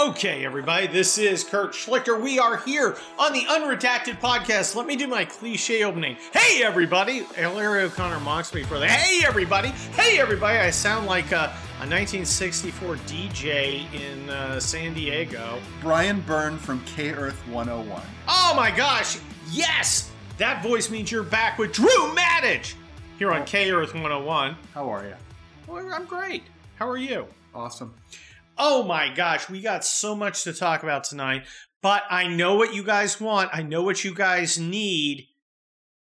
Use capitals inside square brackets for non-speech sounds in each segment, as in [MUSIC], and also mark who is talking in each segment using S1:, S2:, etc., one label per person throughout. S1: Okay, everybody, this is Kurt Schlichter. We are here on the Unredacted Podcast. Let me do my cliche opening. Hey, everybody! Larry O'Connor mocks me for that. Hey, everybody! Hey, everybody! I sound like uh, a 1964 DJ in uh, San Diego.
S2: Brian Byrne from K Earth 101.
S1: Oh my gosh! Yes! That voice means you're back with Drew Maddich here on K Earth 101.
S2: How are you?
S1: Well, I'm great. How are you?
S2: Awesome.
S1: Oh my gosh, we got so much to talk about tonight, but I know what you guys want. I know what you guys need.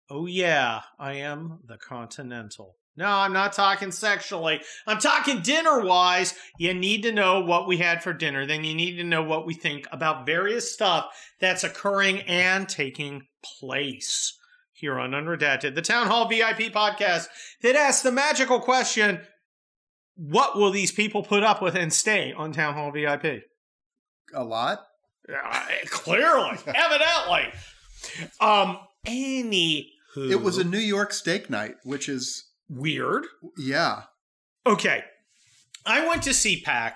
S1: Oh yeah, I am the Continental. No, I'm not talking sexually. I'm talking dinner wise. You need to know what we had for dinner. Then you need to know what we think about various stuff that's occurring and taking place here on Unredacted, the Town Hall VIP podcast that asks the magical question what will these people put up with and stay on Town Hall VIP?
S2: A lot?
S1: Uh, clearly, [LAUGHS] evidently. Um, anywho,
S2: It was a New York steak night, which is,
S1: weird.
S2: yeah.
S1: Okay, I went to CPAC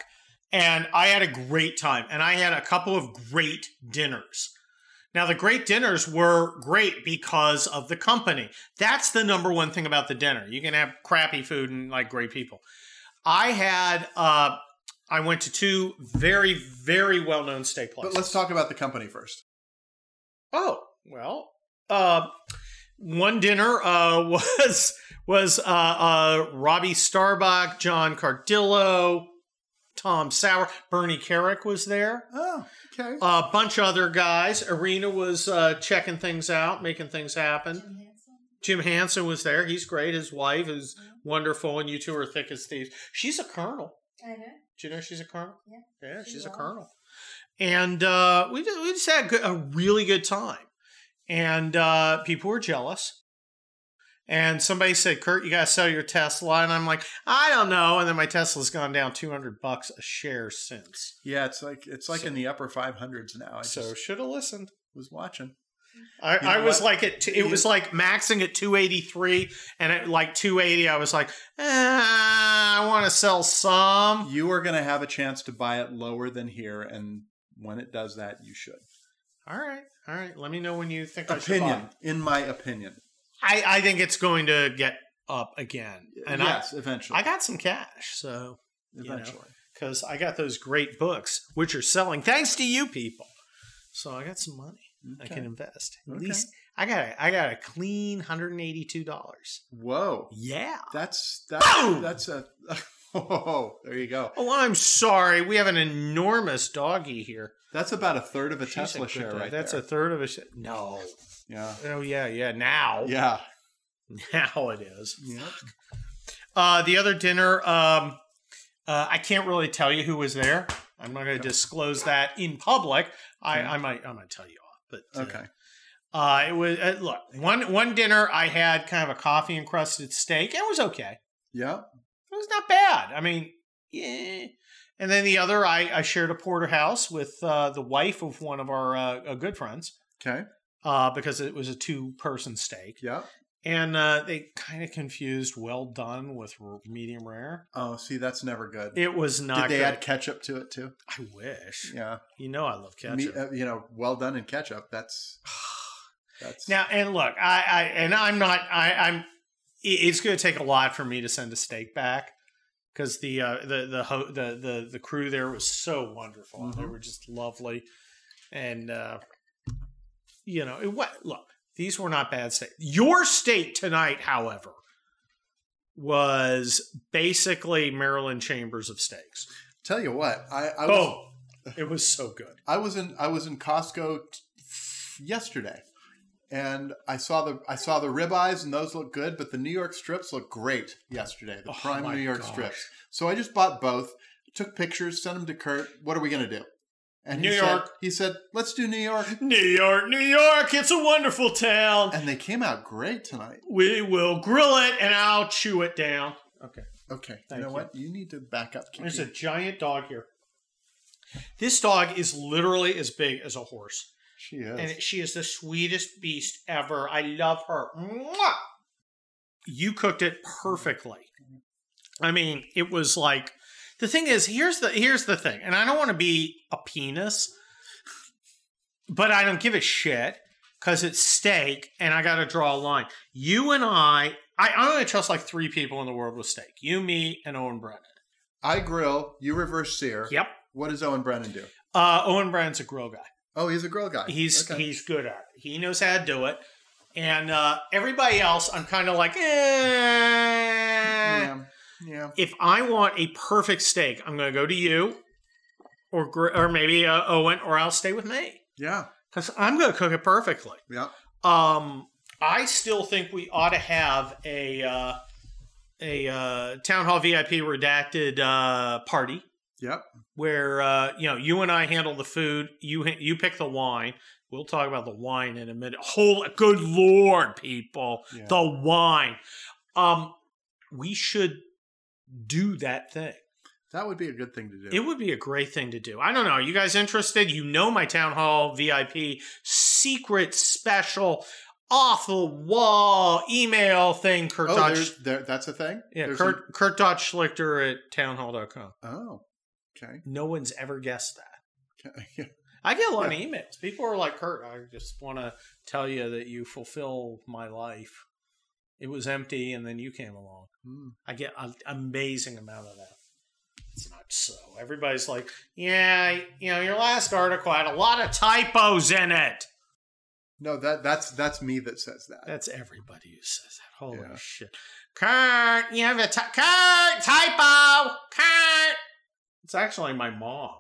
S1: and I had a great time, and I had a couple of great dinners. Now, the great dinners were great because of the company. That's the number one thing about the dinner. You can have crappy food and like great people. I had, uh, I went to two very, very well known steak places.
S2: But let's talk about the company first.
S1: Oh well, uh, one dinner uh, [LAUGHS] was was uh, uh, Robbie Starbuck, John Cardillo, Tom Sauer, Bernie Carrick was there,
S2: Oh, okay.
S1: a bunch of other guys. Arena was uh, checking things out, making things happen. Jim Hansen was there. He's great. His wife is wonderful, and you two are thick as thieves. She's a colonel.
S3: I know.
S1: Do you know she's a colonel?
S3: Yeah.
S1: Yeah,
S3: She
S1: she's a
S3: was.
S1: colonel. And uh, we, ju- we just had good, a really good time. And uh, people were jealous. And somebody said, Kurt, you got to sell your Tesla. And I'm like, I don't know. And then my Tesla's gone down 200 bucks a share since.
S2: yeah, it's like it's like
S1: So-
S2: in the upper 500s now. I
S1: So
S2: just
S1: should have listened.
S2: was watching.
S1: I,
S2: You know
S1: I was
S2: what?
S1: like at t- it
S2: You-
S1: was like maxing at 283 and at like 280 I was like eh, I want to sell some
S2: You are going to have a chance to buy it lower than here, and when it does that, you should.
S1: all right all right let me know when you think I should buy.
S2: Opinion, in my opinion.
S1: I, I think it's going to get up again. And
S2: yes,
S1: I,
S2: eventually.
S1: I got some cash, so know.
S2: eventually.
S1: because I got those great books, which are selling thanks to you people. So I got some money I can
S2: Okay.
S1: invest. At
S2: Okay.
S1: least I got a, I got a clean hundred and eighty two dollars.
S2: Whoa.
S1: Yeah.
S2: That's that's
S1: Boom!
S2: that's a [LAUGHS] oh, there you go.
S1: Oh, I'm sorry. We have an enormous doggy here.
S2: That's about a third of a
S1: She's
S2: Tesla
S1: good
S2: share
S1: dog.
S2: right
S1: That's
S2: there.
S1: a third of a share. No.
S2: yeah.
S1: Oh yeah, yeah. Now,
S2: Yeah.
S1: [LAUGHS] now it is.
S2: Yeah.
S1: Uh, the other dinner, um, uh, I can't really tell you who was there. I'm not going to
S2: Okay.
S1: disclose that in public. I,
S2: Okay.
S1: I might, I might tell you all. But uh,
S2: Okay.
S1: uh, it was uh, look one one dinner. I had kind of a coffee encrusted steak. It was okay.
S2: Yeah.
S1: It was not bad. I mean, yeah. And then the other, I, I shared a porterhouse with uh, the wife of one of our uh, uh, good friends
S2: Okay.
S1: uh, because it was a two person steak,
S2: Yeah.
S1: and uh, they kind of confused well done with r- medium rare.
S2: Oh, see, that's never good.
S1: It was not.
S2: Did they
S1: good.
S2: add ketchup to it too?
S1: I wish.
S2: Yeah.
S1: You know I love ketchup.
S2: Me- uh, you know, well done in ketchup. That's
S1: [SIGHS]
S2: that's
S1: now and look, I, I and I'm not. I, I'm. i- It's going to take a lot for me to send a steak back because the uh, the the, ho- the the the crew there was so wonderful. They
S2: Mhm.
S1: were just lovely, and uh, you know it, what? Look, these were not bad steak. Your steak tonight, however, was basically Maryland Chambers of steaks.
S2: tell you what, I, I was
S1: Oh, it was so good.
S2: I was in I was in Costco t- yesterday. And I saw the I saw the ribeyes and those look good, but the New York strips look great yesterday. The
S1: Oh
S2: prime
S1: my
S2: New York
S1: gosh.
S2: strips. So I just bought both, took pictures, sent them to Kurt. What are we gonna do? And
S1: New
S2: he said-
S1: York.
S2: he said, "Let's do New York."
S1: New York, New York, it's a wonderful town.
S2: And they came out great tonight.
S1: We will grill it and I'll chew it down. Okay.
S2: Okay,
S1: Thank
S2: you know
S1: you.
S2: what? You need to back up. Kiki.
S1: There's a giant dog here. This dog is literally as big as a horse.
S2: She is.
S1: And she is the sweetest beast ever. I love her. Mwah! You cooked it perfectly. I mean, it was like The thing is, here's the here's the thing, and I don't want to be a penis, but I don't give a shit because it's steak, and I got to draw a line. You and I, I, I only trust like three people in the world with steak: you, me, and Owen Brennan.
S2: I grill, you reverse sear.
S1: Yep.
S2: What does Owen Brennan do?
S1: Uh, Owen Brennan's a grill guy.
S2: Oh, he's a grill guy.
S1: He's
S2: Okay.
S1: he's good at it. He knows how to do it. And uh, everybody else, I'm kind of like, eh.
S2: yeah. yeah.
S1: If I want a perfect steak, I'm going to go to you, or Gr- or maybe uh, Owen, or I'll stay with me
S2: Yeah.
S1: because I'm going to cook it perfectly.
S2: Yeah.
S1: Um, I still think we ought to have a uh, a uh, town hall VIP redacted uh, party
S2: Yep.
S1: where uh, you know you and I handle the food, you ha- you pick the wine. We'll talk about the wine in a minute. Whole good lord, people,
S2: Yeah.
S1: the wine. Um, we should do that thing.
S2: That would be a good thing to do.
S1: It would be a great thing to do. I don't know. Are you guys interested? You know my town hall VIP secret special off the wall email thing, Kurt
S2: oh,
S1: Dodge.
S2: there's, there, that's a thing?
S1: Yeah,
S2: There's
S1: Kurt, Kurt Dodge Schlichter at townhall.com.
S2: a- oh. Okay. [LAUGHS]
S1: No one's ever guessed that.
S2: Yeah.
S1: I get a lot of emails. People are like, Kurt, I just want to tell you that you fulfilled my life. It was empty, and then you came along.
S2: Hmm.
S1: I get an amazing amount of that. It's not so. Everybody's like, yeah, you know, your last article had a lot of typos in it.
S2: No, that that's that's me that says that.
S1: That's everybody who says that. Holy
S2: Yeah.
S1: shit. Kurt, you have a ty- Kurt, typo! Kurt! It's actually my mom.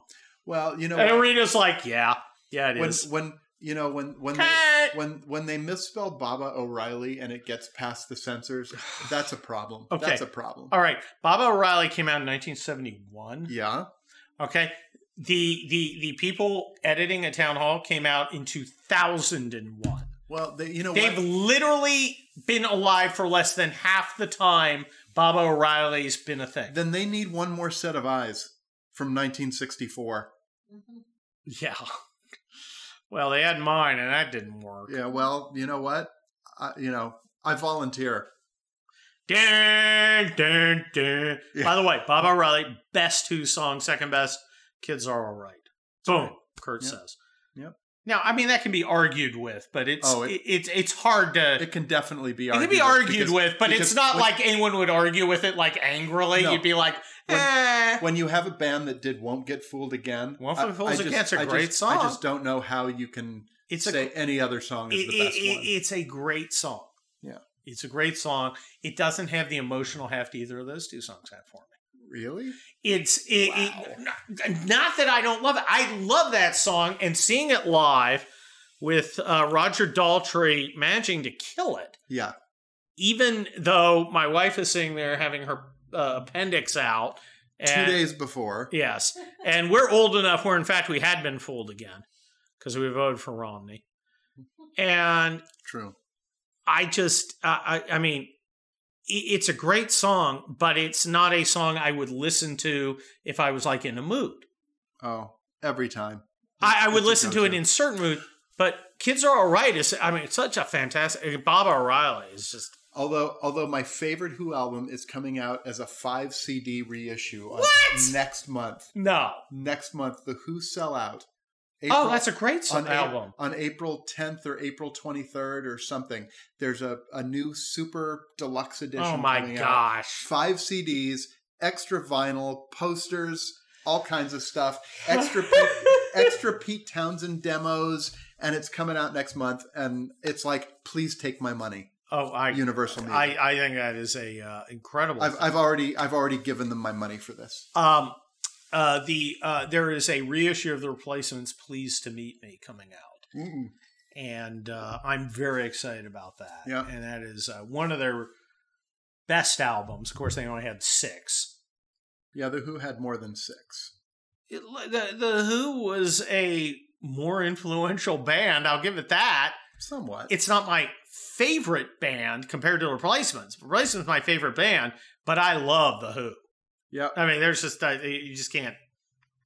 S2: well, you know,
S1: And Arena's like, yeah, yeah, it
S2: Oh, when
S1: is.
S2: when you know when when they,
S1: Kurt!
S2: when when they misspell Baba O'Reilly and it gets past
S1: [SIGHS]
S2: the censors, that's a problem.
S1: Okay.
S2: That's a problem.
S1: All right, Baba O'Reilly came out in 1971.
S2: Yeah.
S1: Okay, the the the people editing at Town Hall came out in 2001.
S2: Well, they, you know
S1: They've
S2: what?
S1: literally been alive for less than half the time Baba O'Reilly's been a thing.
S2: Then they need one more set of eyes from 1964.
S3: Mm-hmm.
S1: yeah. [LAUGHS] Well, they had mine, and that didn't work.
S2: Yeah. Well, you know what? I, you know, I volunteer.
S1: Dun, dun, dun.
S2: Yeah.
S1: By the way, Bob O'Reilly, best Who song, second best, Kids Are All Right. Boom, Kurt
S2: Yep.
S1: says.
S2: Yep.
S1: Now, I mean, that can be argued with, but it's
S2: Oh, it-
S1: it, it's it's hard to. It,
S2: It can definitely be.
S1: can
S2: argued
S1: be argued
S2: because
S1: with, but
S2: because
S1: it's not
S2: when-
S1: like anyone would argue with it like angrily.
S2: No.
S1: You'd be like,
S2: When-
S1: eh.
S2: when you have a band that did "Won't Get Fooled Again."
S1: Won't Get Fooled
S2: just-
S1: Again's a
S2: I
S1: great
S2: just,
S1: song.
S2: I just don't know how you can
S1: it's a
S2: say any other song is
S1: it-
S2: the best
S1: it-
S2: one.
S1: It's a great song.
S2: Yeah.
S1: It's a great song. It doesn't have the emotional heft either of those two songs have for me.
S2: really?
S1: It's it, it- not, not that I don't love it. I love that song and seeing it live with uh, Roger Daltrey managing to kill it.
S2: Yeah.
S1: Even though my wife is sitting there having her uh, appendix out,
S2: Two
S1: and,
S2: days before.
S1: Yes, and we're old enough where, in fact, we had been fooled again because we voted for Romney, and
S2: True.
S1: I just, uh, I, I mean, i- it's a great song, but it's not a song I would listen to if I was like in a mood.
S2: Oh, every time.
S1: I, I
S2: It's
S1: would
S2: a
S1: listen to it
S2: go-to.
S1: in certain mood, but Kids Are All Right is, I mean, it's such a fantastic. Bob O'Reilly is just.
S2: Although, although my favorite Who album is coming out as a five CD reissue on
S1: What?
S2: next month.
S1: No.
S2: Next month, the Who sell out.
S1: oh, that's a great song,
S2: on A-
S1: album.
S2: on April 10th or April 23rd or something. There's a, a new super deluxe edition.
S1: Oh my
S2: coming out.
S1: gosh.
S2: Five CDs, extra vinyl, posters, all kinds of stuff,
S1: [LAUGHS]
S2: extra Pete, extra Pete Townsend demos, and it's coming out next month. And it's like, please take my money,
S1: oh, I,
S2: Universal Music.
S1: I, I think that is a uh, incredible.
S2: I've,
S1: thing.
S2: I've already I've already given them my money for this.
S1: um, uh, the uh, there is a reissue of the replacements. Please to meet me coming out. and uh, I'm very excited about that.
S2: Yeah.
S1: and that is uh, one of their best albums. Of course, they only had six.
S2: Yeah, the Who had more than six.
S1: It- the The Who was a more influential band. I'll give it that.
S2: Somewhat.
S1: It's not my favorite band compared to Replacements. Replacements is my favorite band, but I love the Who.
S2: yeah.
S1: I mean, there's just I, you just can't.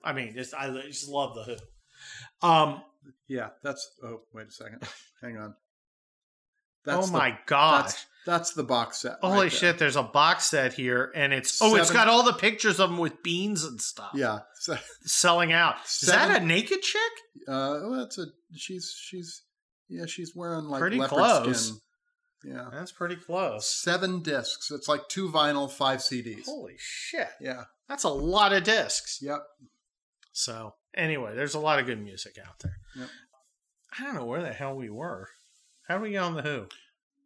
S1: I mean, just I just love the Who. Um,
S2: Yeah. That's oh wait a second. Hang on.
S1: oh
S2: That's the-
S1: my gosh.
S2: That's, that's the box set.
S1: Holy
S2: right there.
S1: shit, there's a box set here and it's Oh, it's
S2: Seven-
S1: got all the pictures of them with beans and stuff.
S2: Yeah. So,
S1: Selling out. Is that
S2: Seven-
S1: a naked chick?
S2: uh, well, that's a she's she's yeah she's wearing like
S1: Pretty
S2: leopard
S1: close.
S2: skin. Yeah.
S1: That's pretty close.
S2: Seven discs. It's like two vinyl, five CDs.
S1: Holy shit.
S2: Yeah.
S1: That's a lot of discs.
S2: Yep.
S1: So, anyway, there's a lot of good music out there.
S2: Yep.
S1: I don't know where the hell we were. How do we get on the who?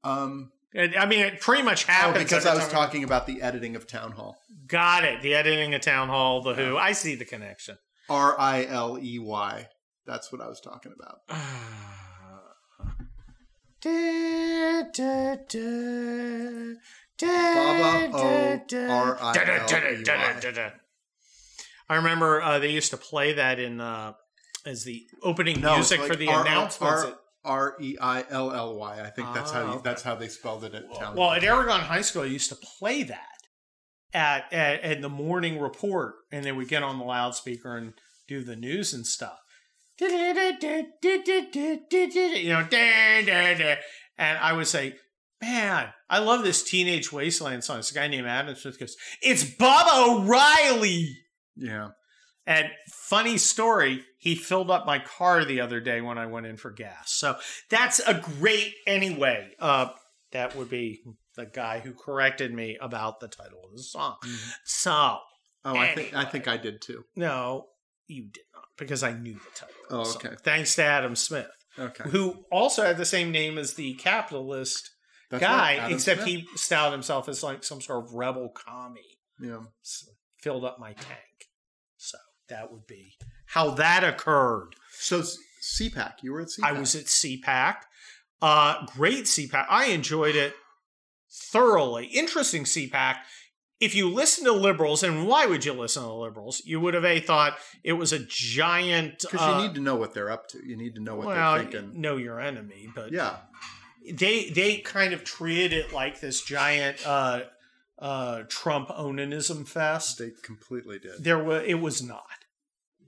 S2: Um,
S1: And, I mean, it pretty much
S2: oh,
S1: happens.
S2: because
S1: every
S2: I was
S1: time we-
S2: talking about the editing of Town Hall.
S1: Got it. The editing of Town Hall, the who. I see the connection. [SIGHS]
S2: R I L E Y. That's what I was talking about.
S1: I remember uh, they used to play that in uh, as the opening music for the announcements.
S2: R E I L L Y. I think that's how
S1: Ah,
S2: you,
S1: okay.
S2: that's how they spelled it at Town
S1: well,
S2: Hall.
S1: at Aragon High School, I used to play that at, at at the morning report, and they would get on the loudspeaker and do the news and stuff. You know, da, da, da. and I would say, "Man, I love this Teenage Wasteland song." It's a guy named Adam Smith goes, "It's Bob O'Reilly."
S2: yeah.
S1: And funny story, he filled up my car the other day when I went in for gas. So that's a great anyway. Uh, that would be the guy who corrected me about the title of the song.
S2: Mm-hmm.
S1: So
S2: Oh, I think I think I did too.
S1: no, you did not, because I knew the title. of the
S2: Oh,
S1: song.
S2: okay.
S1: Thanks to Adam Smith,
S2: Okay.
S1: who also had the same name as the capitalist
S2: That's
S1: guy,
S2: right, Adam
S1: except
S2: Smith.
S1: he styled himself as like some sort of rebel commie
S2: Yeah.
S1: s- filled up my tank. So that would be how that occurred.
S2: So s- CPAC, you were at CPAC.
S1: I was at CPAC. Uh, great CPAC. I enjoyed it thoroughly. Interesting CPAC. If you listen to liberals, and why would you listen to liberals? You would have a thought it was a giant.
S2: because
S1: uh,
S2: you need to know what they're up to. You need to know what
S1: well,
S2: they're thinking.
S1: know your enemy, but
S2: Yeah.
S1: they they kind of treated it like this giant uh, uh, Trump onanism fest.
S2: They completely did.
S1: there was it was not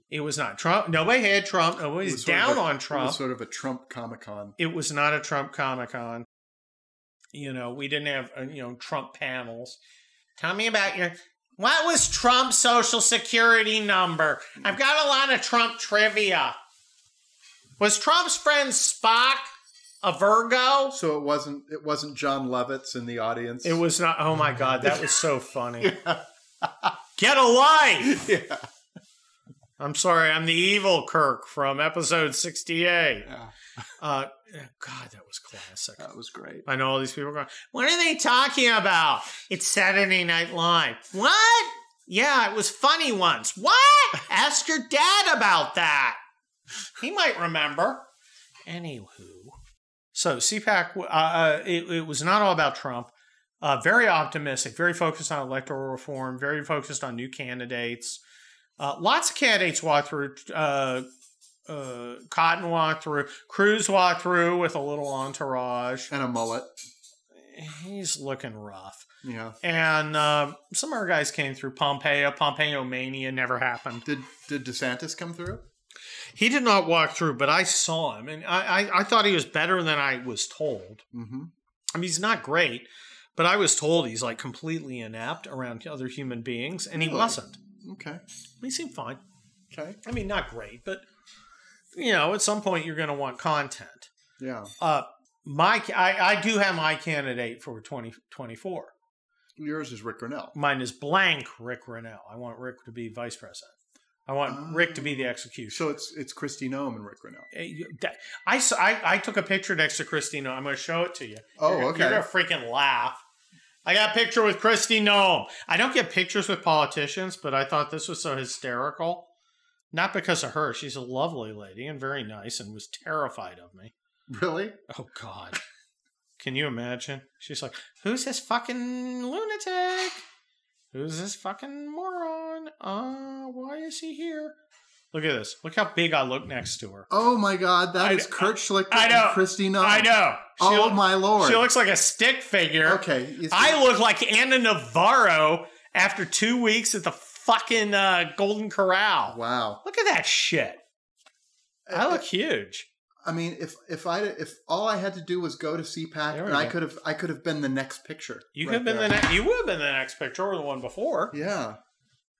S1: it was not trump nobody had trump
S2: It
S1: nobody's
S2: was sort of
S1: down
S2: a-
S1: on
S2: It
S1: trump
S2: was sort of a Trump Comic Con.
S1: it was not a trump comic-con you know we didn't have uh, you know trump panels tell me about your what was trump's social security number i've got a lot of trump trivia was trump's friend spock a virgo
S2: So it wasn't it wasn't John Lovitz in the audience.
S1: it was not oh my god that was so [LAUGHS] funny get a life [LAUGHS]
S2: yeah.
S1: I'm sorry, I'm the evil Kirk from episode 68.
S2: yeah.
S1: Uh, God, that was classic.
S2: That was great.
S1: I know all these people are going, What are they talking about? It's Saturday Night Live. What? Yeah, it was funny once. What? [LAUGHS] Ask your dad about that. He might remember. Anywho. So CPAC, uh, uh, it, it was not all about Trump. Uh, very optimistic, very focused on electoral reform, very focused on new candidates. Uh, lots of candidates walked through. Uh, uh, Cotton walked through. Cruz walked through with a little entourage
S2: And a mullet.
S1: he's looking rough.
S2: Yeah.
S1: And uh, some other guys came through Pompeo. Pompeo mania never happened.
S2: Did did DeSantis come through?
S1: He did not walk through, but I saw him, and I, I, I thought he was better than I was told.
S2: Mm-hmm.
S1: I mean, he's not great, but I was told he's like completely inept around other human beings, and he
S2: Really?
S1: wasn't.
S2: Okay.
S1: He seemed fine.
S2: Okay.
S1: I mean, not great, but you know, at some point you're going to want content.
S2: Yeah.
S1: Uh, my, I, I do have my candidate for 2024.
S2: Yours is Rick Grinnell.
S1: mine is blank Rick Rennell. I want Rick to be vice president. I want
S2: Oh.
S1: Rick to be the executioner.
S2: So it's it's Christy Noem and Rick Grinnell.
S1: Uh, you- that- I, s- I- I took a picture next to Christy Noem. I'm going to show it to you.
S2: Oh,
S1: You're-
S2: okay.
S1: You're going to freaking laugh. I got a picture with Christy Noem. I don't get pictures with politicians, but I thought this was so hysterical. Not because of her. She's a lovely lady and very nice and was terrified of me.
S2: Really?
S1: Oh, God. Can you imagine? She's like, who's this fucking lunatic? Who's this fucking moron? Uh, why is he here? Look at this. Look how big I look next to her.
S2: Oh my God! That
S1: I-
S2: is Kurt Schlichter
S1: I know.
S2: and Christy Noem.
S1: I know. She
S2: Oh
S1: look-
S2: my lord!
S1: She looks like a stick figure.
S2: okay. you see-
S1: I look like Anna Navarro after two weeks at the fucking uh, Golden Corral.
S2: Wow. Uh,
S1: Look at that shit. I look huge.
S2: I mean, if if I if all I had to do was go to CPAC,
S1: There we
S2: and I
S1: go.
S2: could have I could have been the next picture.
S1: You
S2: right
S1: could have been
S2: there.
S1: the ne- you would have been the next picture or the one before.
S2: Yeah.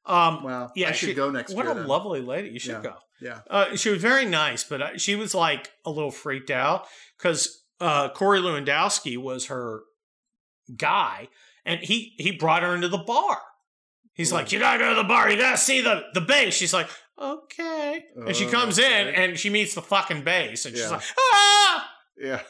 S1: Um,
S2: Wow.
S1: yeah,
S2: I should
S1: she-
S2: go next
S1: what
S2: year.
S1: a
S2: then.
S1: lovely lady. You should
S2: Yeah.
S1: go.
S2: Yeah.
S1: Uh, she was very nice, but uh, she was like a little freaked out because uh, Corey Lewandowski was her guy, and he he brought her into the bar. He's
S2: Ooh.
S1: like, "You gotta go to the bar. You gotta see the the bass." She's like, "Okay," and she comes in
S2: Oh, Okay.
S1: and she meets the fucking bass, and
S2: Yeah.
S1: she's like, "Ah!"
S2: Yeah.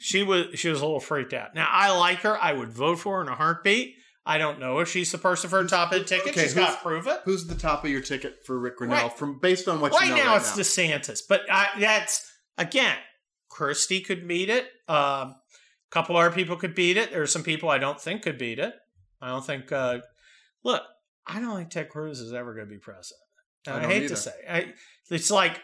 S1: She was she was a little freaked out. Now I like her. I would vote for her in a heartbeat. I don't know if she's the person for a top of the ticket.
S2: okay,
S1: She's got
S2: who's-
S1: to prove it.
S2: Who's the top of your ticket for Rick Grinnell
S1: Right.
S2: from based on what
S1: right
S2: you know
S1: now
S2: right
S1: it's
S2: now?
S1: DeSantis, but I, that's again, Christie could beat it. Um, a couple other people could beat it. There are some people I don't think could beat it. I don't think. Uh, look, I don't think Ted Cruz is ever going to be president. And
S2: I
S1: I,
S2: don't
S1: hate
S2: either.
S1: to say, I, it's like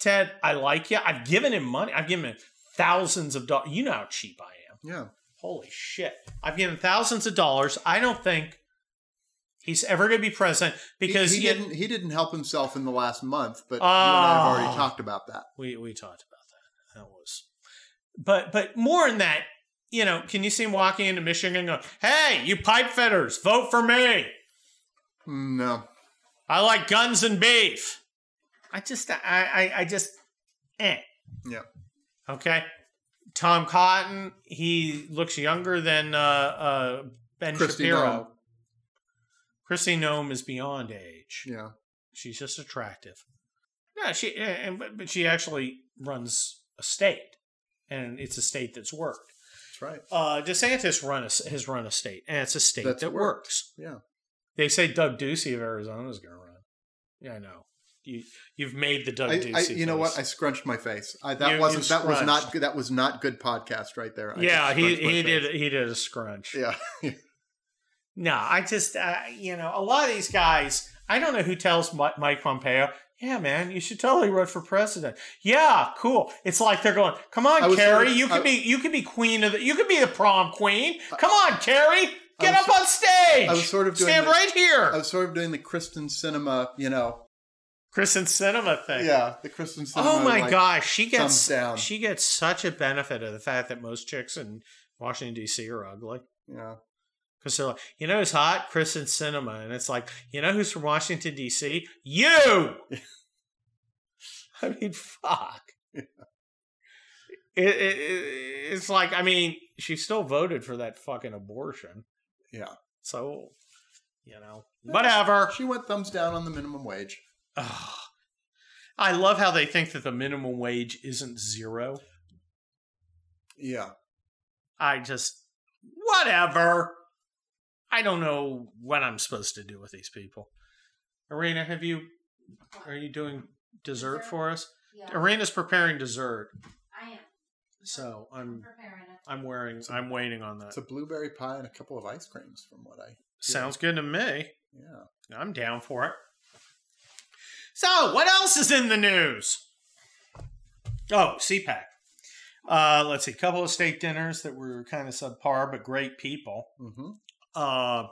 S1: Ted. I like you. I've given him money. I've given him thousands of dollars. You know how cheap I am.
S2: Yeah.
S1: Holy shit! I've given thousands of dollars. I don't think he's ever going to be president
S2: He-
S1: because
S2: he,
S1: you-
S2: didn't he didn't help himself in the last month, but you and I have already
S1: Oh.
S2: talked about that.
S1: We we talked about that. That was, but but more than that, you know, can you see him walking into Michigan and going, "Hey, you pipe fitters, vote for me.
S2: Mm, No.
S1: I like guns and beef." I just I I, I just eh.
S2: Yeah.
S1: Okay. Tom Cotton, he looks younger than uh, uh, Ben
S2: Christy
S1: Shapiro.
S2: Noem.
S1: Christy Nome is beyond age.
S2: Yeah.
S1: She's just attractive. No, she eh, and but but she actually runs a state, and it's a state that's worked.
S2: That's right.
S1: Uh, DeSantis run a, s- has run a state, and it's a state
S2: That's
S1: that
S2: worked.
S1: works.
S2: Yeah.
S1: They say Doug Ducey of Arizona is going to run. Yeah, I know. You you've made the Doug
S2: I,
S1: Ducey.
S2: I, you know what? I
S1: face.
S2: scrunched my face. I, that
S1: You- you
S2: wasn't. That was not.
S1: scrunched.
S2: good- That was not good podcast right there. I
S1: yeah,
S2: just
S1: he
S2: scrunched my
S1: he
S2: face.
S1: did he did a scrunch. [LAUGHS]
S2: Yeah.
S1: No, I just uh, you know a lot of these guys. I don't know who tells Mi- Mike Pompeo. Yeah, man, you should totally run for president. Yeah, cool. It's like they're going, "Come
S2: I
S1: on,
S2: was
S1: Carrie,
S2: sort of-
S1: you can
S2: I-
S1: be you can be queen of the you can be the prom queen. Come on, Carrie, get
S2: was
S1: up on stage.
S2: I was sort of doing
S1: stand
S2: the-
S1: right here."
S2: I was sort of doing the Kristen Cinema. You know.
S1: Kristen Cinema thing.
S2: Yeah. The Kristen Cinema.
S1: Oh my
S2: like,
S1: gosh, she
S2: thumbs
S1: gets
S2: down.
S1: she gets such a benefit of the fact that most chicks in Washington D.C. are ugly.
S2: Yeah.
S1: Because they're like, you know who's hot? Chris in cinema. And it's like, you know who's from Washington, D.C.? You! [LAUGHS] I mean, fuck. It, it, it- it's like, I mean, she still voted for that fucking abortion.
S2: Yeah.
S1: So, you know, whatever.
S2: She went thumbs down on the minimum wage.
S1: Ugh. I love how they think that the minimum wage isn't zero.
S2: Yeah.
S1: I just, whatever. I don't know what I'm supposed to do with these people. Arena, have you, are you doing dessert for us?
S3: Yeah,
S1: Arena's preparing dessert,
S3: I am.
S1: so um,
S3: I'm
S1: I'm,
S3: preparing it.
S1: I'm wearing, I'm waiting on that.
S2: It's a blueberry pie and a couple of ice creams, from what I.
S1: Sounds good to me.
S2: Yeah.
S1: I'm down for it. So, what else is in the news? Oh, CPAC. Uh, let's see, a couple of state dinners that were kind of subpar, but great people.
S2: Mm-hmm.
S1: uh,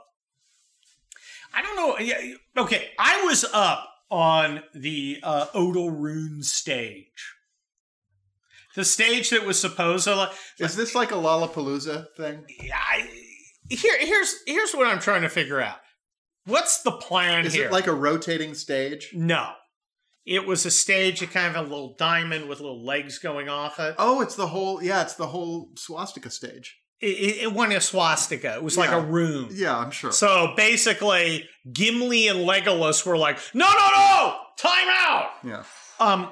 S1: I don't know. yeah, Okay, I was up on the uh, Odell Rune stage, the stage that was supposed to.
S2: Is this like a Lollapalooza thing?
S1: I, here, here's here's what I'm trying to figure out. What's the plan
S2: Is
S1: here?
S2: it like a rotating stage?
S1: no, it was a stage, a kind of a little diamond with little legs going off it.
S2: Oh, it's the whole. Yeah, it's the whole swastika stage.
S1: It, it, it wasn't a swastika. It was like
S2: Yeah.
S1: a room.
S2: Yeah, I'm sure.
S1: So basically, Gimli and Legolas were like, no, no, no, time out.
S2: yeah.
S1: Um.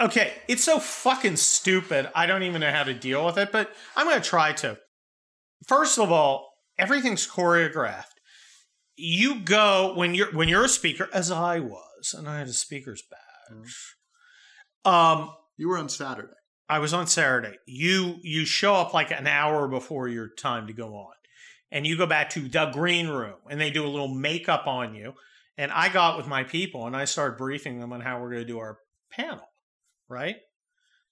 S1: Okay, it's so fucking stupid. I don't even know how to deal with it, but I'm going to try to. First of all, everything's choreographed. You go when you're when you're a speaker, as I was, and I had a speaker's badge. Um,
S2: You were on Saturday.
S1: I was on Saturday. You you show up like an hour before your time to go on, and you go back to the green room, and they do a little makeup on you. And I got with my people, and I started briefing them on how we're going to do our panel, right?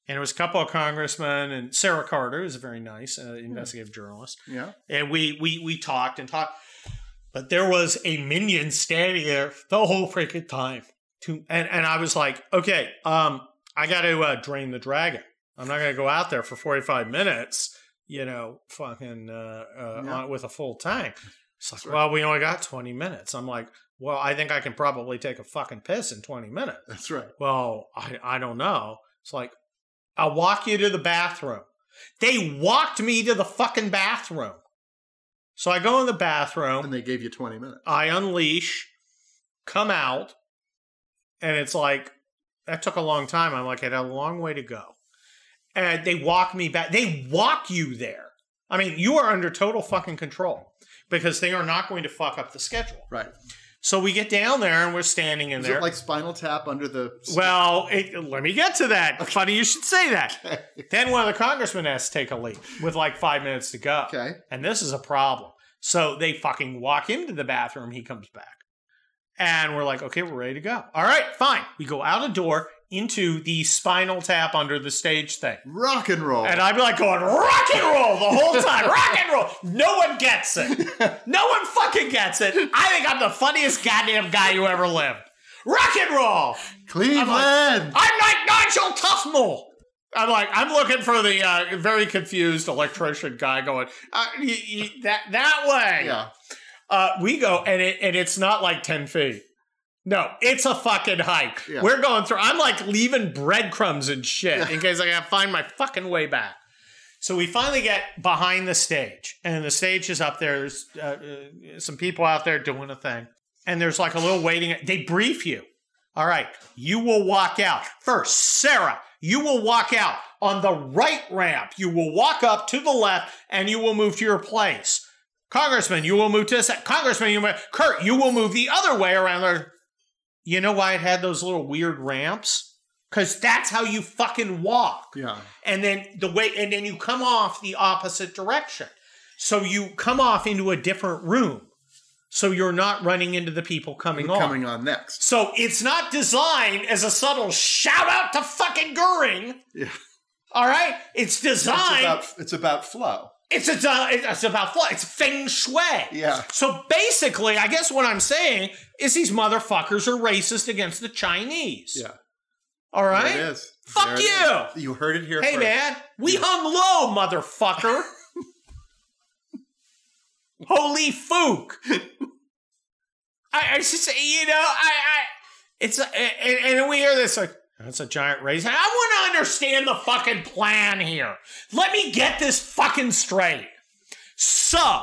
S1: And it was a couple of congressmen and Sarah Carter, who's a very nice uh, investigative journalist,
S2: Yeah.
S1: and we we we talked and talked. But there was a minion standing there the whole freaking time. to and and I was like, okay, um, I got to uh, drain the dragon. I'm not going to go out there for 45 minutes, you know, fucking uh, uh,
S2: Yeah.
S1: on, with a full tank. It's like,
S2: That's right.
S1: well, we only got 20 minutes. I'm like, well, I think I can probably take a fucking piss in 20 minutes.
S2: That's right.
S1: Well, I, I don't know. It's like, I'll walk you to the bathroom. They walked me to the fucking bathroom. So I go in the bathroom,
S2: And they gave you 20 minutes.
S1: I unleash, come out, and it's like, that took a long time. I'm like, I had a long way to go. And they walk me back. They walk you there. I mean, you are under total fucking control because they are not going to fuck up the schedule.
S2: Right.
S1: So we get down there and we're standing in
S2: Is
S1: there.
S2: it like Spinal Tap under the.
S1: Well, it, let me get to that. Funny you should say that. Then one of the congressmen has to take a leap with like five minutes to go.
S2: [LAUGHS] Okay.
S1: And this is a problem. So they fucking walk him to the bathroom. He comes back. And we're like, okay, we're ready to go. All right, fine. We go out a door into the spinal tap under the stage thing.
S2: Rock and roll.
S1: And I'm like going rock and roll the whole time, rock and roll. No one gets it. No one fucking gets it. I think I'm the funniest goddamn guy who ever lived. Rock and roll.
S2: Cleveland!
S1: I'm like Nigel Tufnell. I'm like I'm looking for the uh, very confused electrician guy going uh, y- y- that that way.
S2: yeah.
S1: Uh, we go and it and it's not like ten feet. No, it's a fucking hike.
S2: Yeah.
S1: We're going through. I'm like leaving breadcrumbs and shit in case I gotta find my fucking way back. So we finally get behind the stage, and the stage is up there. There's uh, uh, some people out there doing a thing, and there's like a little waiting. They brief you. All right, you will walk out first, Sarah. You will walk out on the right ramp. You will walk up to the left, and you will move to your place. Congressman, you will move to the se- Congressman, you will Kurt, you will move the other way around there. You know why it had those little weird ramps? Because that's how you fucking walk
S2: Yeah.
S1: and then the way and then you come off the opposite direction so you come off into a different room so you're not running into the people coming on
S2: Coming on next.
S1: so it's not designed as a subtle shout out to fucking goering
S2: Yeah.
S1: all right it's
S2: It's
S1: designed
S2: about, it's about flow.
S1: it's it's, uh, it's about flow it's feng shui
S2: Yeah.
S1: so basically i guess what i'm saying is these motherfuckers are racist against the chinese
S2: Yeah.
S1: all right
S2: There it is.
S1: Fuck
S2: There it is. You heard it here
S1: Hey
S2: first.
S1: man, we hung low, motherfucker. Holy fook! I, I just you know I, I it's and, and we hear this like that's a giant raise. I want to understand the fucking plan here. Let me get this fucking straight. So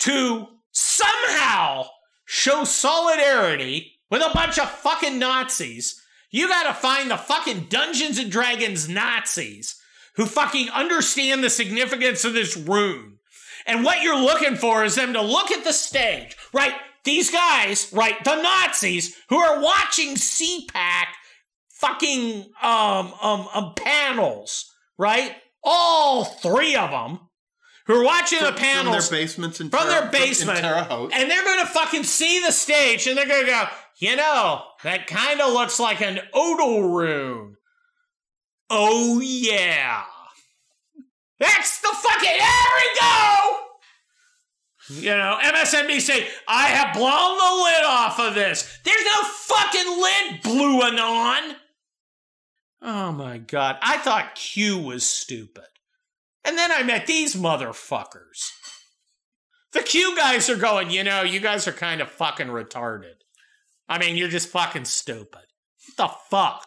S1: to somehow show solidarity with a bunch of fucking Nazis, you gotta find the fucking Dungeons and Dragons Nazis who fucking understand the significance of this rune. And what you're looking for is them to look at the stage, right? These guys, right? The Nazis who are watching CPAC fucking um, um, um panels, right? All three of them who are watching the
S2: From
S1: panels
S2: their basements in
S1: From
S2: Terre-
S1: their
S2: in
S1: basement.
S2: Terre Haute.
S1: and they're going to fucking see the stage and they're going to go, you know, that kind of looks like an odal rune. Oh, yeah. That's the fucking, there we go! You know, MSNBC, I have blown the lid off of this. There's no fucking lid blew on. Oh my god, I thought Q was stupid. And then I met these motherfuckers. The Q guys are going, you know, you guys are kind of fucking retarded. I mean, you're just fucking stupid. What the fuck?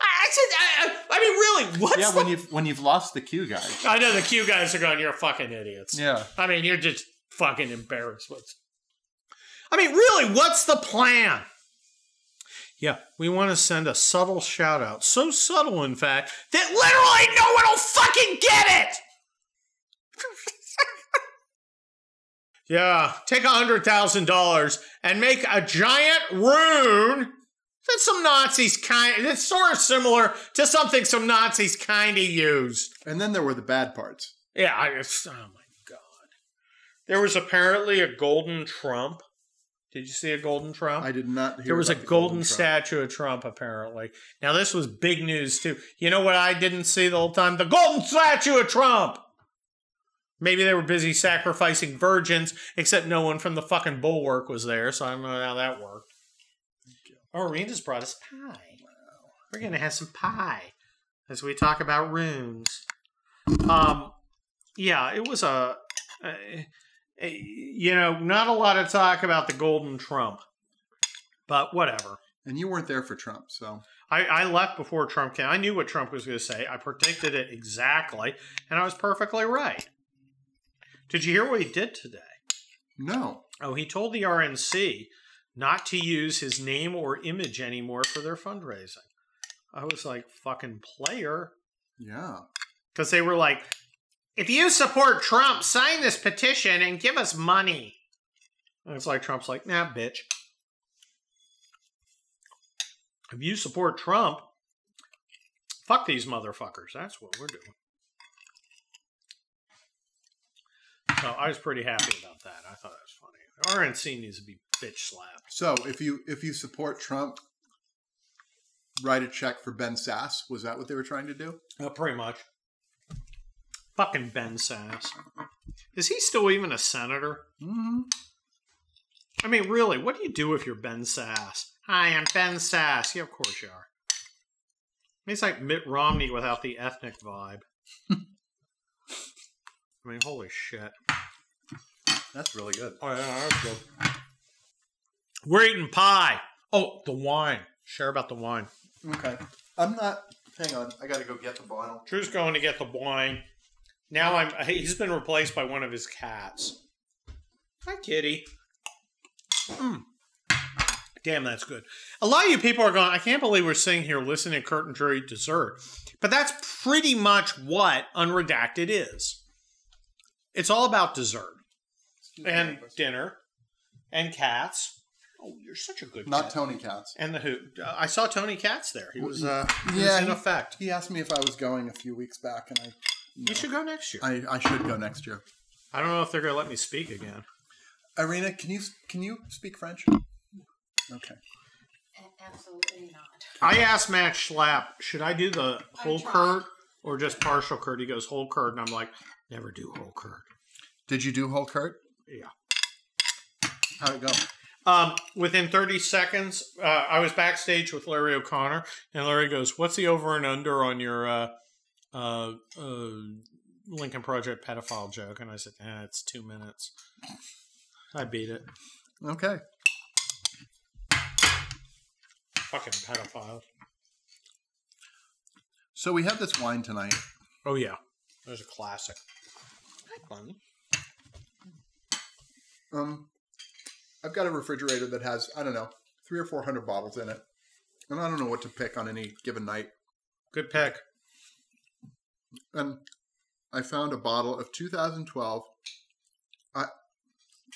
S1: I, I said, I, I, I mean, really, what's
S2: yeah,
S1: the
S2: when you've when you've lost the cue guy.
S1: I know the Q guys are going, you're fucking idiots.
S2: Yeah.
S1: I mean, you're just fucking embarrassed. What's I mean, really, what's the plan? Yeah, we want to send a subtle shout out. So subtle, in fact, that literally no one will fucking get it! yeah, take a $100,000 and make a giant rune that some Nazis kind that's sort of similar to something some Nazis kind of used.
S2: And then there were the bad parts.
S1: Yeah, I it's- oh my god. There was apparently a golden Trump. Did you see a golden Trump?
S2: I did not hear
S1: there was a
S2: about
S1: golden,
S2: the golden Trump.
S1: statue of Trump apparently. Now this was big news too. You know what I didn't see the whole time? The golden statue of Trump. Maybe they were busy sacrificing virgins, except no one from the fucking bulwark was there, so I don't know how that worked. Oh, Amanda's brought us pie. We're gonna have some pie as we talk about runes. Um, yeah, it was a, a, a- you know, not a lot of talk about the golden trump, but whatever.
S2: And you weren't there for Trump, so
S1: I, I left before Trump came. I knew what Trump was going to say. I predicted it exactly, and I was perfectly right. Did you hear what he did today?
S2: no.
S1: Oh, he told the RNC not to use his name or image anymore for their fundraising. I was like, fucking player.
S2: Yeah.
S1: Because they were like, if you support Trump, sign this petition and give us money. And it's like, Trump's like, nah, bitch. If you support Trump, fuck these motherfuckers. That's what we're doing. So I was pretty happy about that. I thought it was funny. RNC needs to be bitch slapped.
S2: So if you if you support Trump, write a check for Ben Sass. Was that what they were trying to do?
S1: Uh, pretty much. Fucking Ben Sass. Is he still even a senator?
S2: Mm-hmm.
S1: I mean, really, what do you do if you're Ben Sass? Hi, I'm Ben Sass. Yeah, of course you are. I mean, it's like Mitt Romney without the ethnic vibe. [LAUGHS] I mean, holy shit.
S2: That's really good.
S1: Oh, yeah, that's good. We're eating pie. Oh, the wine. Share about the wine.
S2: Okay. I'm not. Hang on. I got to go get the bottle.
S1: Drew's going to get the wine. Now I'm. He's been replaced by one of his cats. Hi, kitty. Mm. Damn, that's good. A lot of you people are going. I can't believe we're sitting here listening to Curtain Jury Dessert, but that's pretty much what Unredacted is. It's all about dessert
S2: Excuse me,
S1: and
S2: Chris.
S1: dinner and cats. Oh, you're such a good
S2: not
S1: cat.
S2: Tony Katz.
S1: and the who? Uh, I saw Tony Katz there. He was. Uh, he
S2: Yeah,
S1: was in
S2: he-
S1: effect.
S2: He asked me if I was going a few weeks back, and I no.
S1: You should go next year.
S2: I, I should go next year.
S1: I don't know if they're going to let me speak again.
S2: Irina, can you can you speak French? Okay.
S3: A- Absolutely not.
S1: I asked Matt Schlapp, should I do the whole
S3: tried.
S1: curd or just partial curd? He goes whole curd, and I'm like, never do whole curd.
S2: Did you do whole curt?
S1: Yeah.
S2: How'd it go?
S1: Um, within 30 seconds, uh, I was backstage with Larry O'Connor, and Larry goes, "What's the over and under on your uh, uh, uh, Lincoln Project pedophile joke?" And I said, eh, "It's two minutes." I beat it.
S2: Okay.
S1: Fucking pedophile.
S2: So we have this wine tonight.
S1: Oh yeah, that was a classic. Hi, Bunny.
S2: Um, I've got a refrigerator that has I don't know three or four hundred bottles in it, and I don't know what to pick on any given night.
S1: Good pick.
S2: And I found a bottle of 2012. I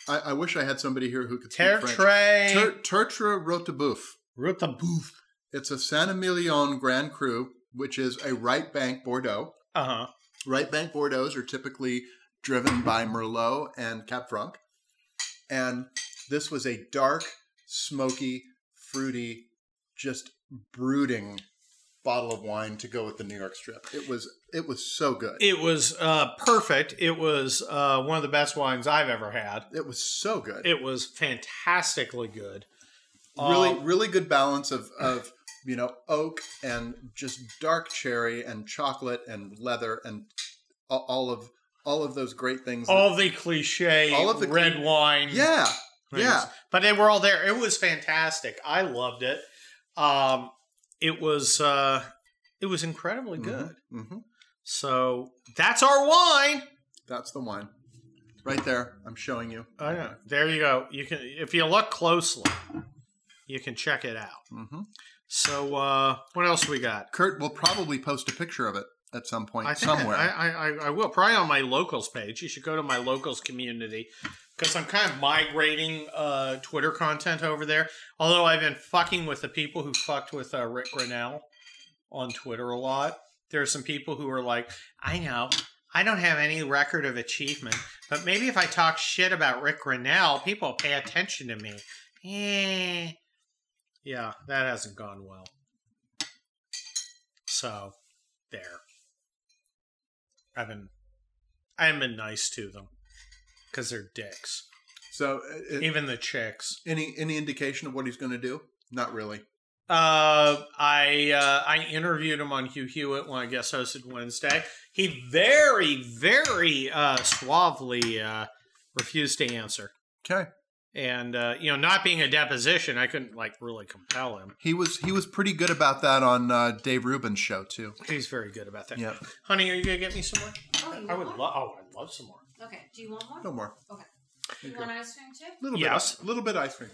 S2: I, I wish I had somebody here who could speak
S1: Terre
S2: French.
S1: Tray.
S2: Ter, Tertre Rotebeuf.
S1: Rotabouf.
S2: It's a San Emilion Grand Cru, which is a right bank Bordeaux.
S1: Uh huh.
S2: Right bank Bordeaux are typically driven by Merlot and Cab Franc. And this was a dark, smoky, fruity, just brooding bottle of wine to go with the New York strip. It was it was so good. It,
S1: It was uh, perfect. It was uh, one of the best wines I've ever had.
S2: was so good.
S1: It was fantastically good.
S2: really
S1: Uh,
S2: really good balance of of you know oak and just dark cherry and chocolate and leather and a- all of all of those great things that-
S1: all the cliche
S2: All of the
S1: red
S2: cli-
S1: wine.
S2: yeah
S1: things.
S2: yeah.
S1: But they were all there. It was fantastic. I loved it. Um, it was uh, it was incredibly good.
S2: hmm
S1: So that's our wine.
S2: that's the wine right there i'm showing you
S1: I know. There you go. You can if you look closely, you can check it out.
S2: hmm
S1: So uh, what else we got?
S2: kurt will probably post a picture of it at some point
S1: I think
S2: somewhere
S1: I, I, I, I will probably on my locals page. You should go to my locals community because I'm kind of migrating uh, Twitter content over there. Although I've been fucking with the people who fucked with uh, Rick Grinnell on Twitter a lot. There are some people who are like, I know. I don't have any record of achievement, but maybe if I talk shit about Rick Grinnell, people pay attention to me. Eh. Yeah, that hasn't gone well. So, there. I've been, I haven't been nice to them because they're dicks.
S2: so uh, uh,
S1: Even the chicks.
S2: any any indication of what he's going to do Not really.
S1: Uh, I uh, I interviewed him on Hugh Hewitt when I guest hosted Wednesday. He very very uh, suavely uh, refused to answer,
S2: Okay.
S1: and uh, you know, not being a deposition, I couldn't like really compel him.
S2: He was he was pretty good about that on uh, Dave Rubin's show too.
S1: He's very good about that.
S2: Yeah.
S1: honey, are you gonna get me some more?
S3: Oh, you
S1: I
S3: want
S1: would
S3: more?
S1: love. Oh, I'd love some more.
S3: Okay. Do you want more?
S2: No more.
S3: You want ice cream too?
S2: Little
S1: Yes.
S2: bit. Little bit ice cream.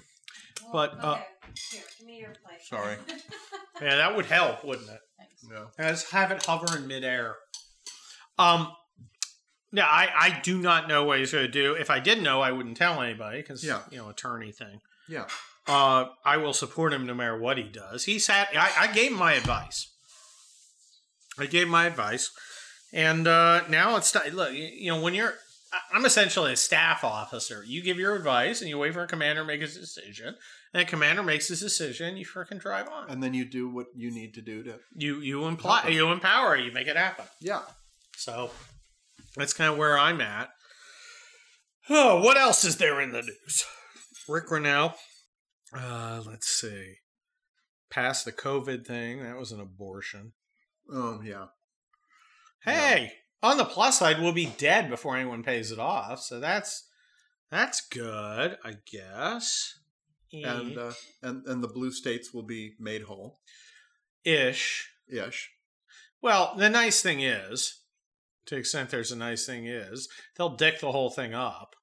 S3: Well,
S1: But, uh,
S3: okay. Here, give me your plate. [LAUGHS]
S2: Sorry.
S1: Yeah, that would help, wouldn't it?
S3: Thanks.
S2: No.
S1: Let's have it hover in midair. Um, no, I, I do not know what he's going to do. If I did know, I wouldn't tell anybody because
S2: Yeah.
S1: you know attorney thing.
S2: Yeah.
S1: Uh, I will support him no matter what he does. He sat. I, I gave him my advice. I gave my advice, and uh, now it's ti- look. y- You know, when you're, I- I'm essentially a staff officer. You give your advice, and you wait for a commander to make his decision. And the commander makes his decision. You freaking drive on.
S2: And then you do what you need to do to.
S1: you you imply you empower. You make it happen.
S2: Yeah.
S1: So that's kind of where I'm at. Oh, what else is there in the news? Rick Grinnell. Uh, let's see. Passed the COVID thing. That was an abortion.
S2: Oh yeah.
S1: Hey, on the plus side, we'll be dead before anyone pays it off. So that's that's good, I guess.
S2: And uh, and and the blue states will be made whole.
S1: ish.
S2: Ish.
S1: Well, the nice thing is, to the extent there's a nice thing is, they'll dick the whole thing up.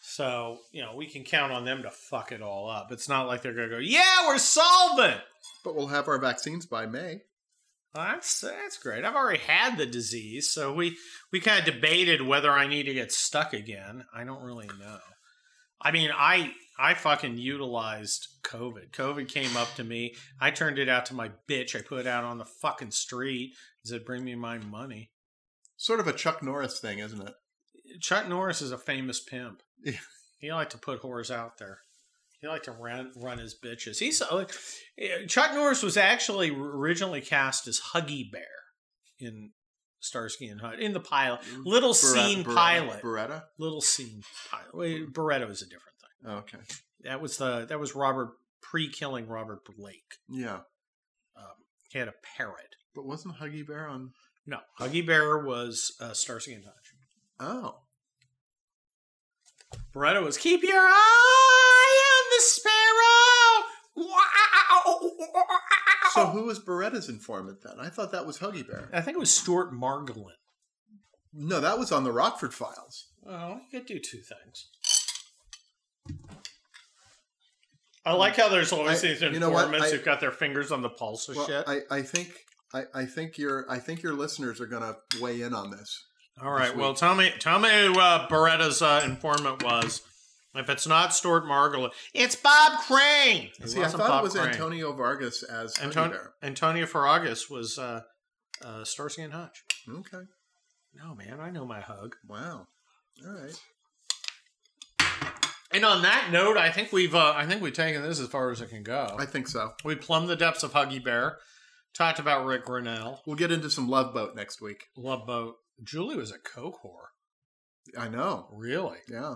S1: So, you know, we can count on them to fuck it all up. It's not like they're going to go, yeah, we're solvent.
S2: But we'll have our vaccines by May.
S1: That's that's great. I've already had the disease, so we we kind of debated whether I need to get stuck again. I don't really know. I mean, I I fucking utilized COVID. COVID came up to me. I turned it out to my bitch. I put it out on the fucking street. and said, "Bring me my money."
S2: Sort of a Chuck Norris thing, isn't it?
S1: Chuck Norris is a famous pimp.
S2: Yeah.
S1: He liked to put whores out there. He liked to run run his bitches. He's like, Chuck Norris was actually originally cast as Huggy Bear in Starsky and Hutch in the pilot, little scene
S2: Beretta,
S1: pilot,
S2: Beretta.
S1: little scene pilot. Wait, Beretta was a different thing.
S2: Okay.
S1: That was the that was Robert pre killing Robert Blake.
S2: Yeah.
S1: Um, he had a parrot.
S2: But wasn't Huggy Bear on?
S1: No, Huggy Bear was uh, Starsky and Hutch.
S2: Oh.
S1: Beretta was keep your eye on the sparrow. Wow.
S2: So who was Beretta's informant then? I thought that was Huggy Bear.
S1: I think it was Stuart Margolin.
S2: No, that was on the Rockford Files.
S1: Well, you could do two things. I like how there's always
S2: Hmm. I-
S1: these
S2: you know what?
S1: informants
S2: I-
S1: who've got their fingers on the pulse of
S2: Well,
S1: shit.
S2: I, I think I, I think your I think your listeners are going to weigh in on this.
S1: All right.
S2: this
S1: Well, tell me, tell me who uh, Beretta's uh, informant was. If it's not Stuart Margolin, it's Bob Crane. It
S2: See, I
S1: wasn't
S2: thought
S1: Bob
S2: it was
S1: Crane.
S2: Antonio Vargas as Huggy
S1: Anton-
S2: Bear.
S1: Antonio Faragas was uh, uh, Starsky and Hutch.
S2: Okay.
S1: No, man, I know my hug.
S2: Wow. All right.
S1: And on that note, I think we've uh, I think we've taken this as far as it can go.
S2: I think so.
S1: We plumbed the depths of Huggy Bear, talked about Rick Grinnell,
S2: We'll get into some Love Boat next week.
S1: Love Boat. Julie was a coke whore.
S2: I know.
S1: Really?
S2: Yeah.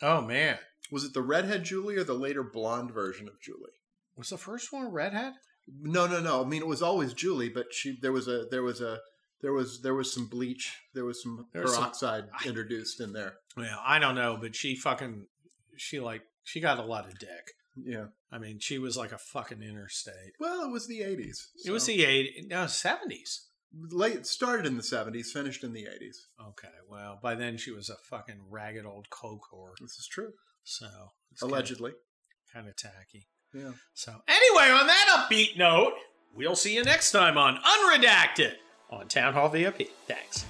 S1: Oh man.
S2: Was it the redhead Julie or the later blonde version of Julie?
S1: Was the first one a redhead?
S2: No, no, no. I mean, it was always Julie, but she there was a there was a there was there was some bleach, there was some
S1: There was some-
S2: peroxide introduced in there.
S1: Yeah, I don't know, but she fucking she like she got a lot of dick.
S2: Yeah.
S1: I mean, she was like a fucking interstate.
S2: Well, it was the eighties.
S1: It was the eight no seventies.
S2: late started in the seventies, finished in the eighties.
S1: Okay, well, by then she was a fucking ragged old coke whore.
S2: This is true,
S1: So it's kinda-
S2: allegedly.
S1: kind of tacky.
S2: Yeah.
S1: So, anyway, on that upbeat note, we'll see you next time on Unredacted on Town Hall VIP. Thanks.